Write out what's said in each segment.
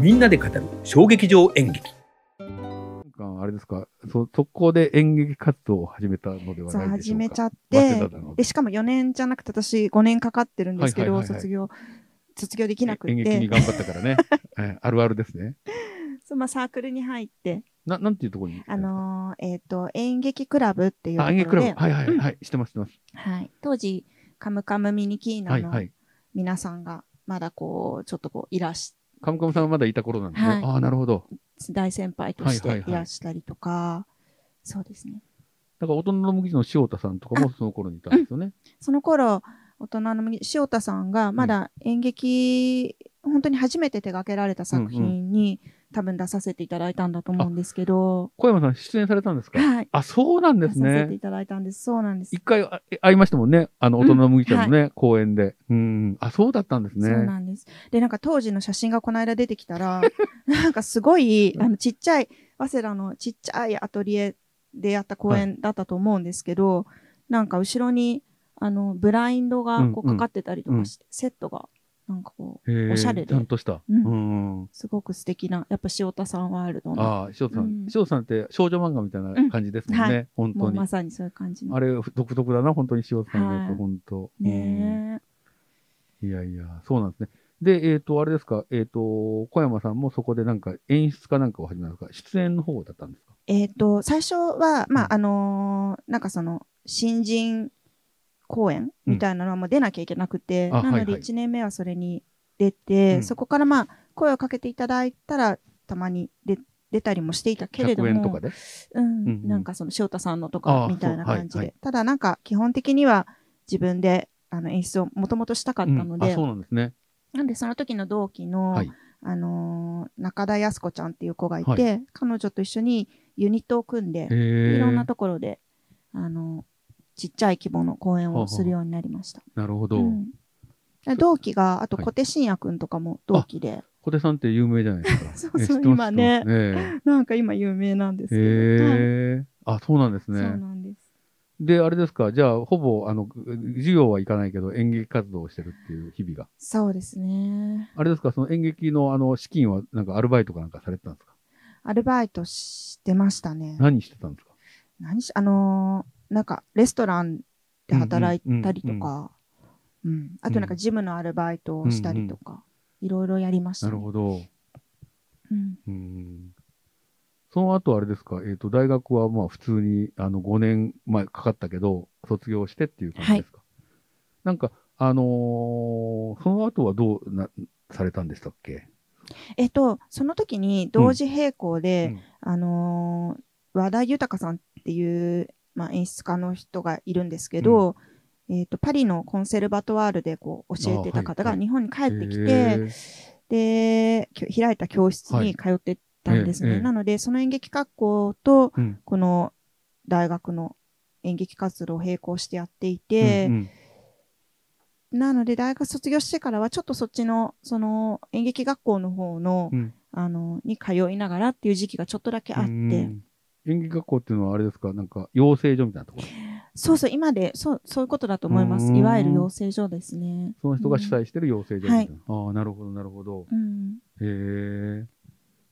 みんなで語る小劇場演劇なんかあれですか、そ、そこで演劇活動を始めたのではそうないでし始ょうか。めちゃっ早稲て田なのででしかも4年じゃなくて私5年かかってるんですけど、はいはいはいはい卒業卒業できなく演劇にて頑張ったから ね。はいあるあるですね。そう、まあ、サークルに入って、な、なんていうところに。あ、のーえっと演劇クラブっていうとこあ、演劇クろラブ。で、はいはいはいはい。してます、してます。はい、当時「カムカムミニキーナは」いはのい。皆さんがまだこうちょっとこういらしカムカムさんはまだいた頃なんですね。はいああ、なるほど。大先輩としはいてはいはいいらしたりとか、そうですねだから大人の麦の塩田さんとかもその頃にいたんですよね。その頃大人の麦塩田さんがまだ演劇、本当に初めて手掛けられた作品に、多分出させていただいたんだと思うんですけど、小山さん出演されたんですかはい。あ、そうなんで出すさせてね。いただいたんです。そうなんです。一回あえ会いましたもんね。あの、大人の麦ちゃんのね、公演で。うん。あ、そうだったんですそうね。なんです。で、なんか当時の写真がこの間出てき たら、なんかすごい、あの、ちっちゃい、早稲田のちっちゃいアトリエでやった公演だったと思うんですけど、なんか後ろに、あの、ブラインドがこうんううかんかってたりとかして、セットが、なんかこう、へーおしゃれでちゃんとした。ううん。すごく素敵な、やっぱ塩田さんワールドの、ああ、塩田さうんん。塩田さんって少女漫画みたいな感じですもんうんはね。本も当うにま。さにそういう感じの。あれ、独特だな、本当に塩田さんのやはいつ、本当。うんねえいやいや、そうなんですね。で、えっと、あれですか、えっと、小山さんもそこでなんか演出かなんかを始めたのか、出演の方だったんですかえっ、と、最初は、うまんあ、あのーなんかその、新人公演みたいなのはもう出なきゃいけなくて、あはないのはでい1年目はそれに出て、うんそこからまあ、声をかけていただいたら、たまに出出たりもしていたけれど100円ともか、で。うん、うんなんかその、翔太さんのとあかーみたいなそう感じで、はいはただなんか基本的には自分で、あの演出をもともとしたかったのうんあ、で、そうなんですね。なんでその時の同期の、はいあのー中田靖子ちゃんっていう子がいて、は彼女と一緒にユニットを組んで、へいえ。ろんなところで、あの、ちっちゃい規模の公演はあはをあするようになりました。なるほうど。ん同期が、あとはい小手伸也くんとかも同期で、小手さんって有名じゃないですか。 そうえそう知ってます今知ねってますなんか今有名なんですえけど、はえ。いへえ。あ、そうなんですそうね。なんです。で、あれですか、じゃあ、ほぼ、あの、授業は行かないけど、演劇活動をしてるっていう日々が。そうですね。あれですか、その演劇のあの資金は、なんかアルバイトかなんかされてたんですかアルバイトしてましたね。何してたんですか何し、あのーなんかレストランで働いたりとか、うん。あとなんかジムのアルバイトをしたりとか、いろいろやりましたなね。るほど。うんうん。その後あれですか、えっ、と、大学はまあ普通に、あの、5年前かかったけど、卒業してっていう感じですか、なんか、あのーその後はどうな、されたんでしたっけえっと、その時に同時並行で、うんあのー和田豊さんっていう、まあ、演出家の人がいるんですけど、えっとパリのコンセルバトワールでこう教えてた方あはがい日本に帰ってきて、へーできょ開いた教室に通ってたんですね。はいええええなのでその演劇学校とうんこの大学の演劇活動を並行してやっていて、うんうんなので大学卒業してからはちょっとそっちのその演劇学校の方の、うんあのに通いながらっていう時期がちょっとだけあって、うん演劇学校っていうのはあれですか、なんか養成所みたいなところ。そうそう今でそうそういうことだと思いまうすんいわゆる養成所ですね。その人が主催してる養成所みたいな。ああ、なるほど、なるほど。うんへえ。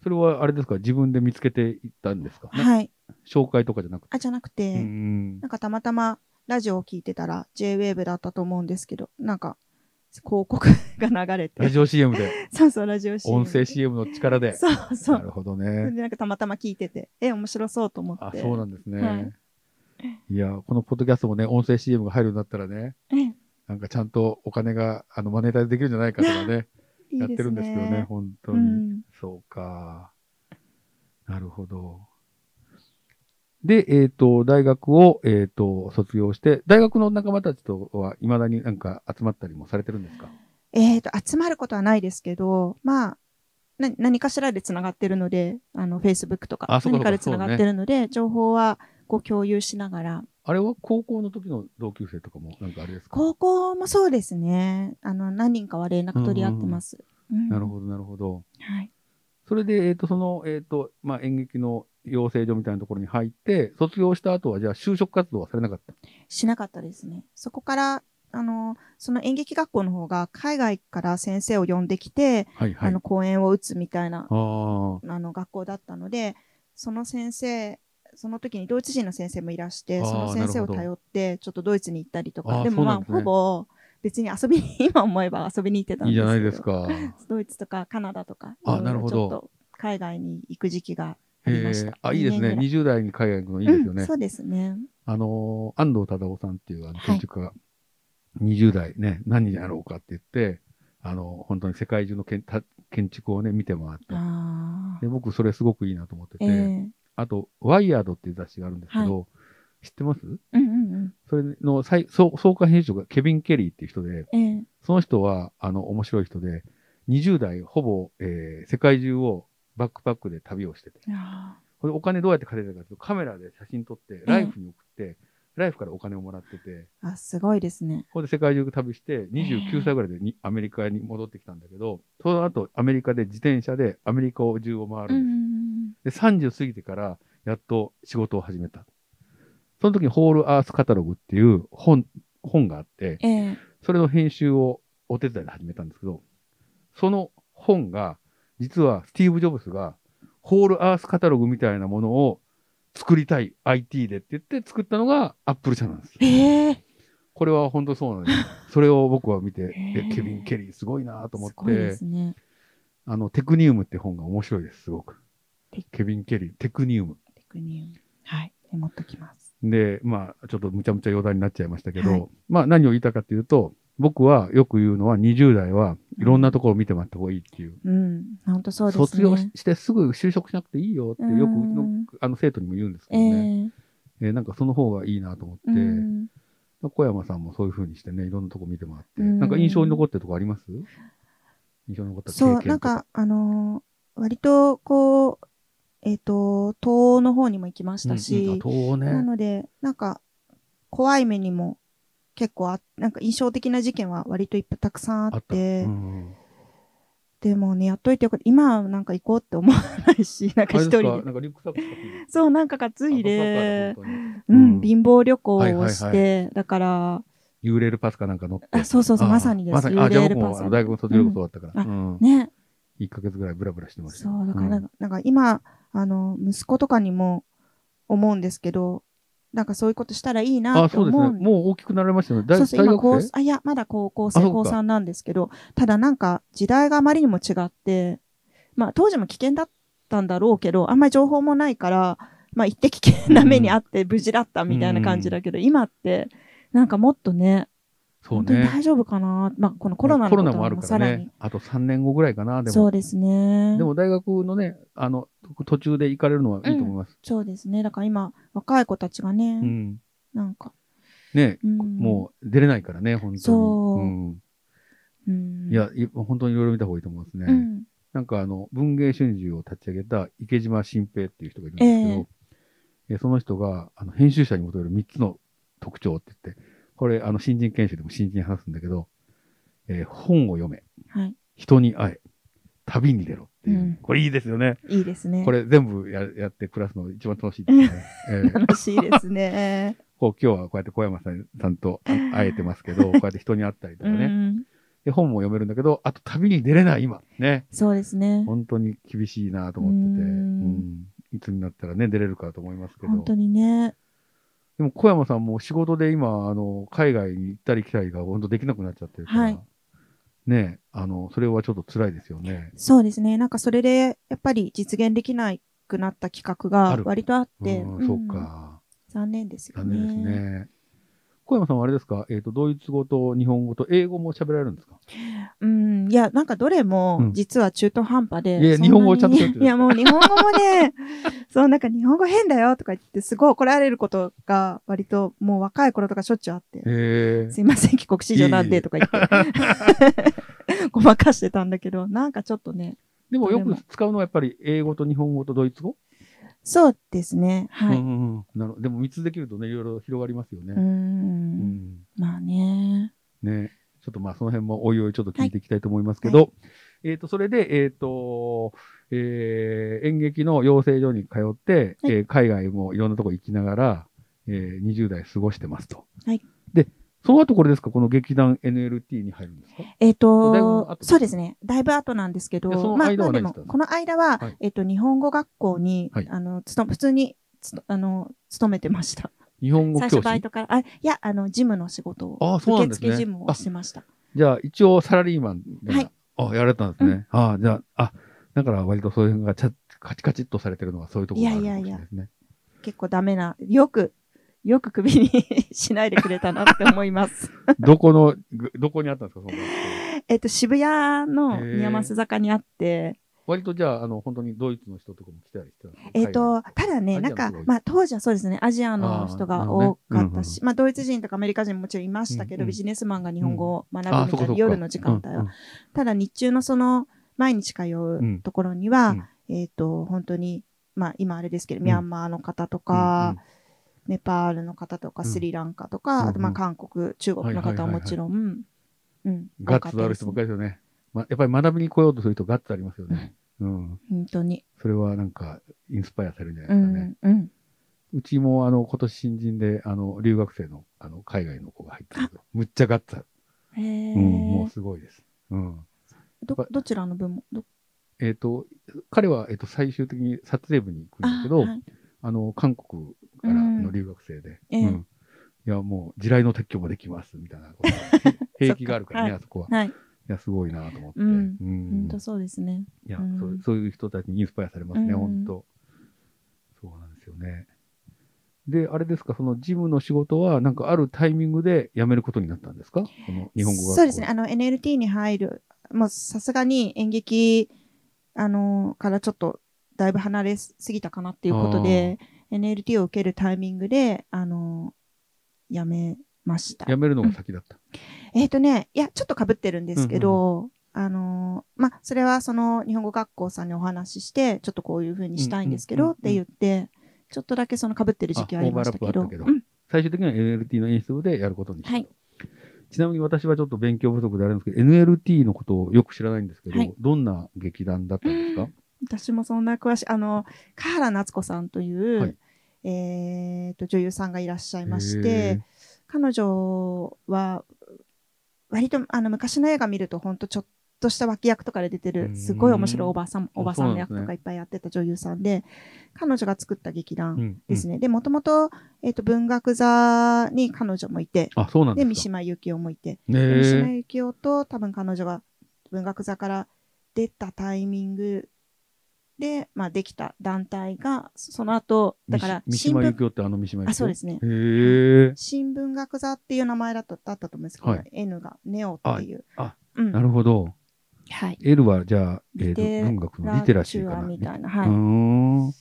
それはあれですか、自分で見つけていったんですか、なはい紹介とかじゃなくて。あじゃなくて、うんなんかたまたまラジオを聞いてたら JWAVE だったと思うんですけどなんか広告が流れラてジオ CM で、そうそうラジオ CM 音声 CM の力で。そうそなうるほどそれね。でなんかたまたま聞いててえ面白そうと思っあ、てそうなんですね。、はいや、このポッドキャストもね、音声 CM が入るようになったらね、えなんかちゃんとお金があのマネタイズできるんじゃないかとかね、 いいやでっすねてるんですけどね、本当うに。ん、そうか。なるほど。で、えっ、と、大学を、えっ、と、卒業して、大学の仲間たちとは、未だになんか集まったりもされてるんですかえー、と集まることはないですけど、まあ、な何かしらでつながってるので、あの Facebook とあかそうかそう何かかでつながってるので、情報はこう共有しながら、あれは高校の時の同級生とかも、なんかあれですか高校もそうですね、あの何人かは連絡取り合ってます。うんなるほど、なるほど。はい、それで、えっ、と、その、えっ、と、まあ、演劇の養成所みたいなところに入って、卒業した後は、じゃあ、就職活動はされなかった。しなかったですね。そこからあの、その演劇学校の方が海外から先生を呼んできて、はいはあい。の、講演を打つみたいな、ああの、学校だったので、その先生、その時にドイツ人の先生もいらして、あーその先生をなるほど頼って、ちょっとドイツに行ったりとあーか、でもまあ、そうなんですねほぼ、別に遊びに、 今思えば遊びに行ってたあ、んいですけどいじゃないですか。ドイツとかカナダとか、あいろいろなるほどちょっと海外に行く時期がありえました。あ、いいですね。二年ぐら20い代に海外行くのいいですよね。うんそうですね。あのー安藤忠夫さんっていうあのはい建築家が、20代ね、何やろうかって言って、あのー本当に世界中の建た建築をね、見て回って、ああ。で僕、それすごくいいなと思ってて、ええうんあと、ワイヤードっていう雑誌があるんですけど、知ってますうんうん。それの最総総監編集がケビン・ケリーっていう人で、ええその人は、あの、面白い人で、20代、ほぼ、えー世界中をバックパックで旅をしてて、あこれお金どうやって稼いでたかというと、カメラで写真撮って、ライフに送って、ライフからお金をもらってて、ーあ、すごいですね。ここで世界中旅して、29歳ぐらいでにアメリカに戻ってきたんだけど、その後アメリカで自転車でアメリカを中を回うるんうんんです。で、30過ぎてからやっと仕事を始めた。その時にホールアースカタログっていう本、本があって、うん。ええそれの編集をお手伝いで始めたんですけど、その本が、実はスティーブ・ジョブズが、ホールアースカタログみたいなものを作りたい IT でって言って作ったのがアップル社なんです。ええこれは本当そうなんです。それを僕は見て、へーえケビン・ケリーすごいなと思っすごいでて、すね。あの、テクニウムって本が面白いです、すごくテ。ケビン・ケリー、テクニウム。テクニウム。はい。メモっときます。で、まあ、ちょっとむちゃむちゃ余談になっちゃいましたけど、はいまあ、何を言いたかっていうと、僕はよく言うのは、20代はいろんなところを見てもらった方がいいっていう。うん。本当そうですね。卒業ししてすぐ就職しなくていいよって、よくうちうのんあの生徒にも言うんですけえどね、ええーなんかその方がいいなと思って、うん。小山さんもそういうふうにしてね、いろんなとこ見てもらって、うんなんか印象に残ってるとこあります印象に残った経験そとう、なん、か、あのー割と、こう、えっ、と、東欧の方にも行きましたし、うんうんあ東欧ね。なので、なんか、怖い目にも結構あ、なんか印象的な事件は割といっぱいたくさんあっったうて、ん、でもね、やっといてよかった。今はなんか行こうって思わないし、なんあかれ 一です人かで。なんかリュックサックとかそう、なんか担いあで、そうか本ううんん、貧乏旅行をはいはいはいして、だから、当に URL パスかなんか乗って。あ、そうそうそう、あまさにです。まさに。あ、じゃあ僕 URL パもスあの大学の卒業後だったから。ううん。ね、 1ヶ月ぐらいブラブラしてました。そう、だからなんんか、なんか今、あの、息子とかにも思うんですけど、なんかそういうことしたらいいなあ、ってそう思ですね。うんでもう大きくなられましたよね。大そうそう、大今高学す生あ、いや、まだ高校あ生、そうか高3なんですけど、ただなんか時代があまりにも違って、まあ当時も危険だったんだろうけど、あんまり情報もないから、まあ行って危険な目にあって無事だったみたいな感じだけど、今って、なんかもっとね、そう本当にね。大丈夫かな、まあこのコロナのこともあはるもうかさららに。ね。あと3年後ぐらいかな、でも。そうですね。でも大学のね、あの、途中で行かれるのはいいと思います。そうですね。だから今、若い子たちがね、うん。なんか、ね、うんもう出れないからね、本当に。そううん。うん、いや、い本当にいろいろ見た方がいいと思いますね。うん、なんかあの、文芸春秋を立ち上げた池島新平っていう人がいるんですけど、えその人があの編集者に求める3つの特徴って言って、これあの新人研修でも新人に話すんだけど、えー本を読め、はい。人に会え、旅に出ろっていう。うんこれいいですよね。いいですね。これ全部ややって暮らすの一番楽しいですね。えー楽しいで すね。こう今日はこうやって小山さんさんとあ会えてます けど、こうやって人に会ったりとうかね。ん、で本も読めるんだけど、あと旅に出れない今。ね。そうですね。本当に厳しいなと思ってて、ううんん、いつになったらね、出れるかと思いますけ本ど当、にね。でも小山さんも仕事で今、あの海外に行ったり来たりが本当できなくなっちゃってるから、はいねえあの、それはちょっと辛いですよね。そうですね。なんかそれで、やっぱり実現できなくなった企画あがる割とあっうて、ん、んそう。か、残念ですよ残ね。念ですね。小山さんはあれですか、えっとドイツ語と日本語と英語も喋られるんですかうん。いや、なんかどれうもん実は中途半端で。いやそなに日本語をちゃんとやってる いや、もう日本語もね、 そう、なんか日本語変だよとか言って、すごい怒られることが割ともう若い頃とかしょっちゅうあって。えすいません、帰国子女なんいえいえでとか 言って、 ごまかしてたんだけど、なんかちょっとね、でもよどれくも使うのはやっぱり英語と日本語とドイツ語、そうですね、はうい。んうんうんなるほどでも3つできるとね、いろいろ広がりますよね。うー、うんんまあね、ね、ちょっとまあその辺もおいおいちょっと聞いていきたいと思いますけど、えっ、と、それで、えっ、と、えー演劇の養成所に通って、はいえー海外もいろんなとこ行きながら、えー20代過ごしてますと。はいで、その後これですかこの劇団 NLT に入るんですかえだいっ、ぶ後と、ですそうですね。だいぶ後なんですけど、いやそのまあ、間はまあ何でしも、てたのこの間は、はいえっ、と、日本語学校に、はいあの、つと、普通に、つと、あの、勤めてました。日本語最教初師バイトから、あ、いや、あの、事務の仕事を、あそうなんですね受付事務をしてました。じゃあ、一応サラリーマンで、はいあ、やられたんですね。あじゃあ、あ、だから割とそういうのがちゃカチカチっとされてるのがそういうところがあるのかもしれないですね。結構ダメな、よく、よく首に しないでくれたなって思います。 どこの、ぐどこにあったんですか、その学校えっと、渋谷のへー宮益坂にあって、割とじゃあ、あの、本当にドイツの人とかも来たりしてたんですかえっ、、海外と、ただね、アジアの人なんが多いか、まあ当時はそうですね、アジアの人あーがなるほどね多かったし、まあドイツ人とかアメリカ人ももちろんいましたけうんうど、んビジネスマンが日本語を学ぶあそこみたいそなこ夜の時間帯うんうはん。ただ日中のその、毎日通うところにうはん、えっと、本当に、まあ今あれですけど、んミャンマーの方とうかん、ネパールの方とか、うんスリランカとうんうんか、あとまあ韓国、中国のはいはいはい方ははいもちろん、うん。うんガッツのある人ばっかりですよね。ま、やっぱり学びに来ようとするとガッツありますよね。うん。本当に。それはなんか、インスパイアされるんじゃなういですかね。ん、うん。うちも、あの、今年新人で、あの、留学生の、あの、海外の子が入ったんですけど、むっちゃガッツある。へうん、もーうすごいです。うん。ど、どちらの部門どえっ、と、彼は、えっ、と、最終的に撮影部に行くんだけど、あ,、はいの、韓国からの留学生で、うんええいや、もう、地雷の撤去もできます、みたいな こと平気があるからね、そっかあそこは。いはい。や、すごいなと思って。うんうん本当そうですね。いや、うんそう、そういう人たちにインスパイアされますね、うん本当そうなんですよね。で、あれですか、そのジムの仕事は、なんかあるタイミングで辞めることになったんですかこの日本語学校そうですね。。あの、NLT に入る、もうさすがに演劇、あの、からちょっと、だいぶ離れすぎたかなっていうことで、NLT を受けるタイミングで、あの、辞めました。辞めるのが先だった。えっ、とね、いや、ちょっと被ってるんですけど、あのーまあ、それはその日本語学校さんにお話しして、ちょっとこういうふうにしたいんですけうんどうんっうんて言って、ちょっとだけその被ってる時期はありましたけあど。オーバーラップはあうっん最終的には NLT の演出部でやることにしたとはいちなみに私はちょっと勉強不足であるんですけど、NLT のことをよく知らないんですけど、はいどんな劇団だったんですか私もそんな詳しい。あの、香原夏子さんという、はいえっと、女優さんがいらっしゃいましへーて、彼女は、割とあの昔の映画見ると、ほんとちょっとした脇役とかで出てうーんる、すごい面白いおばさん、おばさんそうのなんです役ねとかいっぱいやってた女優さんで、彼女が作った劇団うんですね。で、もともと、えっ、と、文学座に彼女もいて、あ、そうなんでで、すか。三島由紀夫もいて、ねで三島え由紀夫と多分彼女が文学座から出たタイミングで、まあ、できた団体が、その後、だから、三新島由聞、紀夫ってあの三島由紀夫あ、そうですね。へえ。新聞学座っていう名前だっただったと思うんですけど、はい N がネオっていう。あうん、なるほど。はい。 L はじゃあ、えリーとテ文学のリテラシーかラチュアな。みたいな。うはい。ーんうん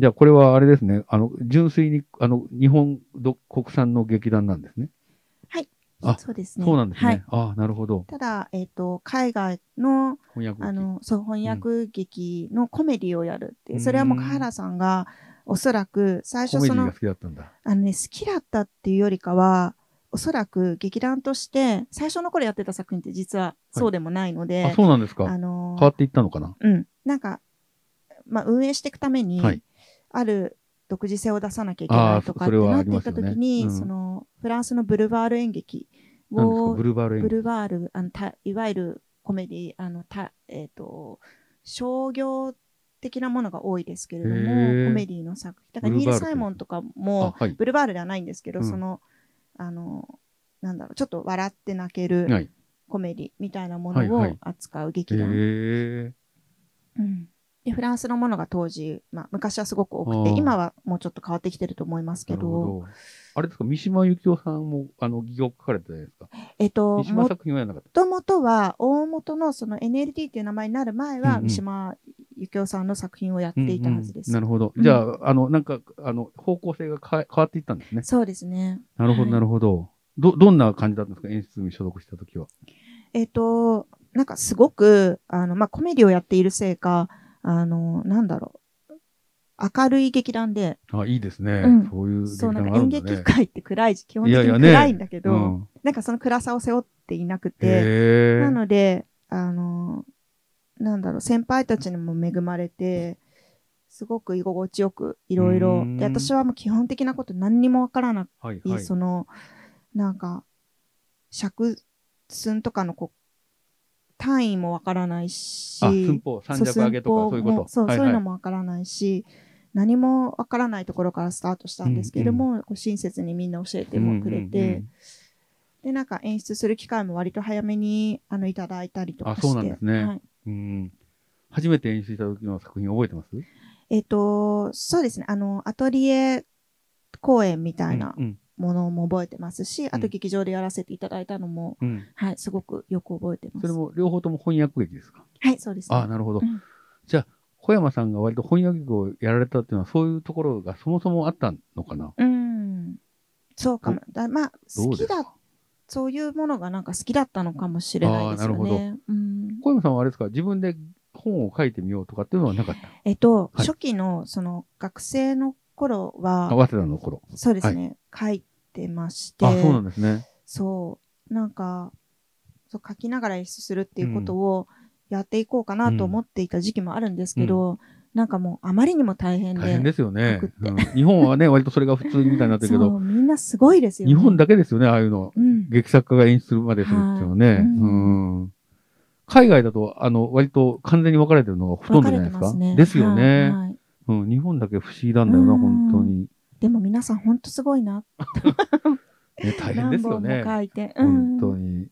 じゃあこれはあれですね、あの純粋にあの日本ど国産の劇団なんですね。あそうですね。そうなんですね。はい、ああ、なるほど。ただ、えっ、と、海外の、翻訳あ劇の、そう、翻訳劇のコメディをやるっていううんそれはもう、原さんが、おそらく、最コメデ初そィのが好、きだったんだ。あのね、好きだったっていうよりかは、おそらく劇団として、最初の頃やってた作品って実はそうでもないので、あ、そうなんですか。あ変のーわっていったのかな。うん、なんか、まあ、運営していくために、はいある独自性を出さなきゃいけあーないとそかっそてれはなありっていまっすよたね時に、うんそのフランスのブルバール演劇なんですか、をブルーバーレンブルバールあのたいわゆるコメディあのたえっ、と商業的なものが多いですけれどもへコーメディの作品だからブニルーバールル・サイモンとかあも、はい。ブルバールではないんですけど、うんそのあのなんだろうちょっと笑って泣けるはい。コメディみたいなもはいはのをい扱うへ劇団、え。うんでフランスのものが当時、まあ、昔はすごく多くあてー今はもうちょっと変わってきてると思いますけなどるほど。あれですか、三島由紀夫さんも、あの、戯曲書かれてたじゃないですか。えっと三島作品はやらなかっもともとは、大元のその NLT っていう名前になる前うんうは、ん。三島由紀夫さんの作品をやったていたはずです。うんうんなるほど。うんじゃあ、あの、なんか、あの、方向性がか変わっていったんですね。そうですね。なるほはど、いなるほど。ど、どんな感じだったんですか演出部に所属したときは。えっ、と、なんかすごく、あの、まあ、コメディをやっているせいか、あの、なんだろう。明るい劇団で、あ、いいですね。うんそういう劇そう、団ながんかある演んだね。劇界って暗いし、基本的いやいにやね暗いんだけど、うんなんかその暗さを背負っていなくて、へなーので、あの、なんだろう、先輩たちにも恵まれて、すごく居心地よくいろいうろん。で私はもう基本的なこと何にもわからなはいい、はい。その、なんか、尺寸とかのこう、単位もわからないし、あ、寸法、三尺上げとか、そういうこもと。そう、はいそういうはのもわからないし、何もわからないところからスタートしたんですけれども、こう親切にみんな教えてもくれて、うんうんうんで、なんか演出する機会も割と早めに、あの、いただいたりとかあして。そうなんですねはいうん。初めて演出した時の作品覚えてますみえっ、と、そうですね、あの、アトリエ公演みたいなうん。ものも覚えてますし、あうとん劇場でやらせていただいたのも、うん。はい、すごくよく覚えてます。それも両方とも翻訳劇ですかはい、そうです、ね。ああ、なるほどうん。じゃあ、小山さんが割と翻訳劇をやられたっていうのは、そういうところがそもそもあったのかなうん。そうかも。だまあ、ど好うできすかだ、そういうものがなんか好きだったのかもしれないですよね。あーなるうん、小山さんはあれですか自分で本を書いてみようとかっていうのはなかったえっと、はい初期のその学生の頃あ、は、早稲田の頃。そうですね、書いてまして、あ、そうなんですね。そう、なんか、そう書きながら演出するっていうことをやっていこうかなと思っていた時期もあるんですけど、なんかもうあまりにも大変で、大変ですよね書くっ。てうん日本はね、割とそれが普通みたいになってるけそど、う、みんなすごいですよね。日本だけですよね、ああいうの。うん。劇作家が演出するまでするっていうのはね。いうんうん海外だと、あの、割と完全に分かれてるのがほとんどじゃないですか。ですよね、はいはいうん。日本だけ不思議なんだよな、うん本当に。でも皆さん本当すごいな。ね、大変ですよね何。本も書いて。本当に。に。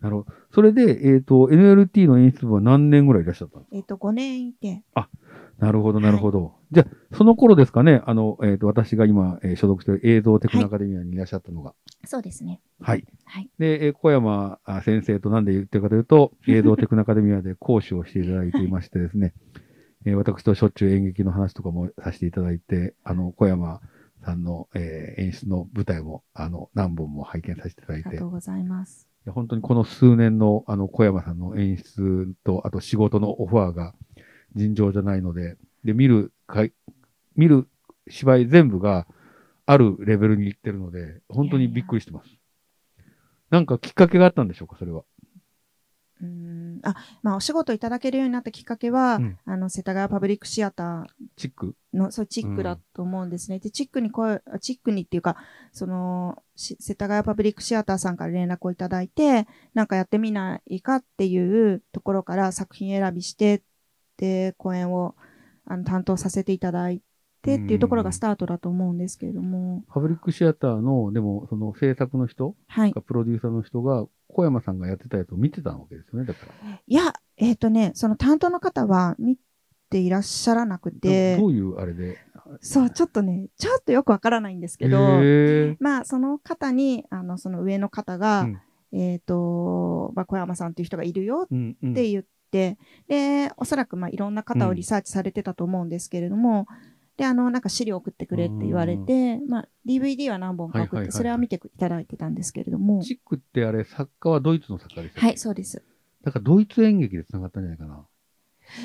なるほど。それで、えっ、と、NLT の演出部は何年ぐらいいらっしゃったのえっ、と、5年いて。なるほど、なるほど。じゃあ、その頃ですかね、あの、えっ、と、私が今、えー所属している映像テクノアカデミアにいらっしゃったのが。そうですね。はい。はい。で、えー小山あ先生となんで言ってるかという と、映像テクノアカデミアで講師をしていただいていましてです ね、えー私としょっちゅう演劇の話とかもさせていただいて、あの、小山さんの、えー演出の舞台も、あの、何本も拝見させていただいあてりがと、うございます。いや本当にこの数年のあの小山さんの演出と、あと仕事のオファーが尋常じゃないので、で、見るかい、見る芝居全部があるレベルに行ってるので、本当にびっくりしてます。なんかきっかけがあったんでしょうか、それは。うーん。あ、まあ、お仕事いただけるようになったきっかけは、うんあの、世田谷パブリックシアタチック。ーの、そう、チックだと思うんですね。で、チックに声、あチックにっていうか、その、し世田谷パブリックシアターさんから連絡をいただいて、なんかやってみないかっていうところから作品選びして、で、公演を、あの、担当させていただいてっていうところがスタートだと思うんですけれども、パブリックシアターの、でも、その制作の人はい。プロデューサーの人が、小山さんがやってたやつを見てたわけですよね、だから。いや、えっ、とね、その担当の方は見ていらっしゃらなくてど、どういうあれで。そう、ちょっとね、ちょっとよくわからないんですけど、へまあ、その方に、あの、その上の方が、うんえっ、と、まあ、小山さんっていう人がいるようんうんって言って、で、おそらく、まあ、いろんな方をリサーチされてたと思うんですけれども、で、あの、なんか資料送ってくれって言われて、まあ、DVD は何本か送はいはって、いはいはいそれは見ていただいてたんですけれども、チックってあれ、作家はドイツの作家ですよねはい、そうです。だからドイツ演劇で繋がったんじゃないかな。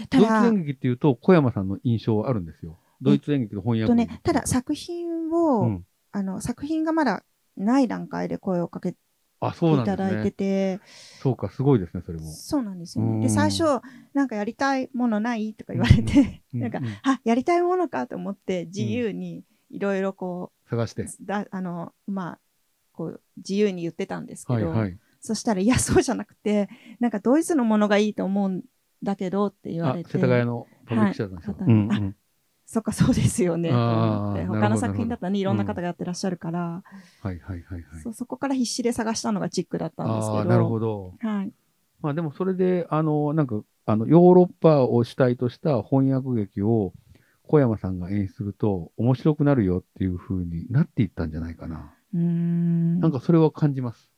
たドイツだ演、劇っていうと、小山さんの印象はあるんですよ。ドイツ演劇の翻えっ訳と劇、ね、ただ作品を、うん、あの、作品がまだない段階で声をかけてあ、そうないんでただすいてね。て、そうか、すごいですね、それも。そうなんですよね。うんで、最初、なんかやりたいものないとか言われて、う なんかう、あ、やりたいものかと思って、自由にいろいろこ探してう、。だあの、まあ、こう、自由に言ってたんですけはいど、はい。そしたら、いや、そうじゃなくて、なんかドイツのものがいいと思うんだけどって言あ、われ世て、田谷のパブリックシアターの人。はいうんうんそっか、そうですよね、と思ってあー他なるほのど作品だったらね、いろんな方がやってらっしゃるから、はいはいはいはい。そうそこから必死で探したのがチックだったんであすけど、あー、なるほど。はい。まあでもそれで、あの、なんか、あの、ヨーロッパを主体とした翻訳劇を小山さんが演出すると面白くなるよっていう風になっていったんじゃないかな。うーんなんかそれは感じます。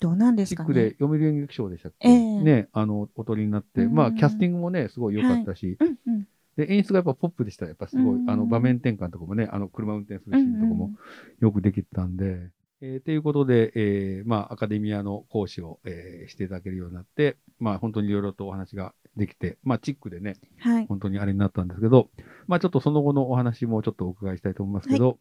どうなんですチッかクね。で読売演劇賞でしたっけ、ええね、あの、おとりになって、うんまあ、キャスティングもね、すごい良かったし、うんうん。で、演出がやっぱポップでした。やっぱすごい、うんあの、場面転換とかもね、あの、車運転するうシーんンとかもよくできてたんで、えーということで、えーまあ、アカデミアの講師を、えーしていただけるようになって、まあ、本当にいろいろとお話ができて、まあ、チックでね、はい。本当にあれになったんですけど、まあ、ちょっとその後のお話もちょっとお伺いしたいと思いますけど、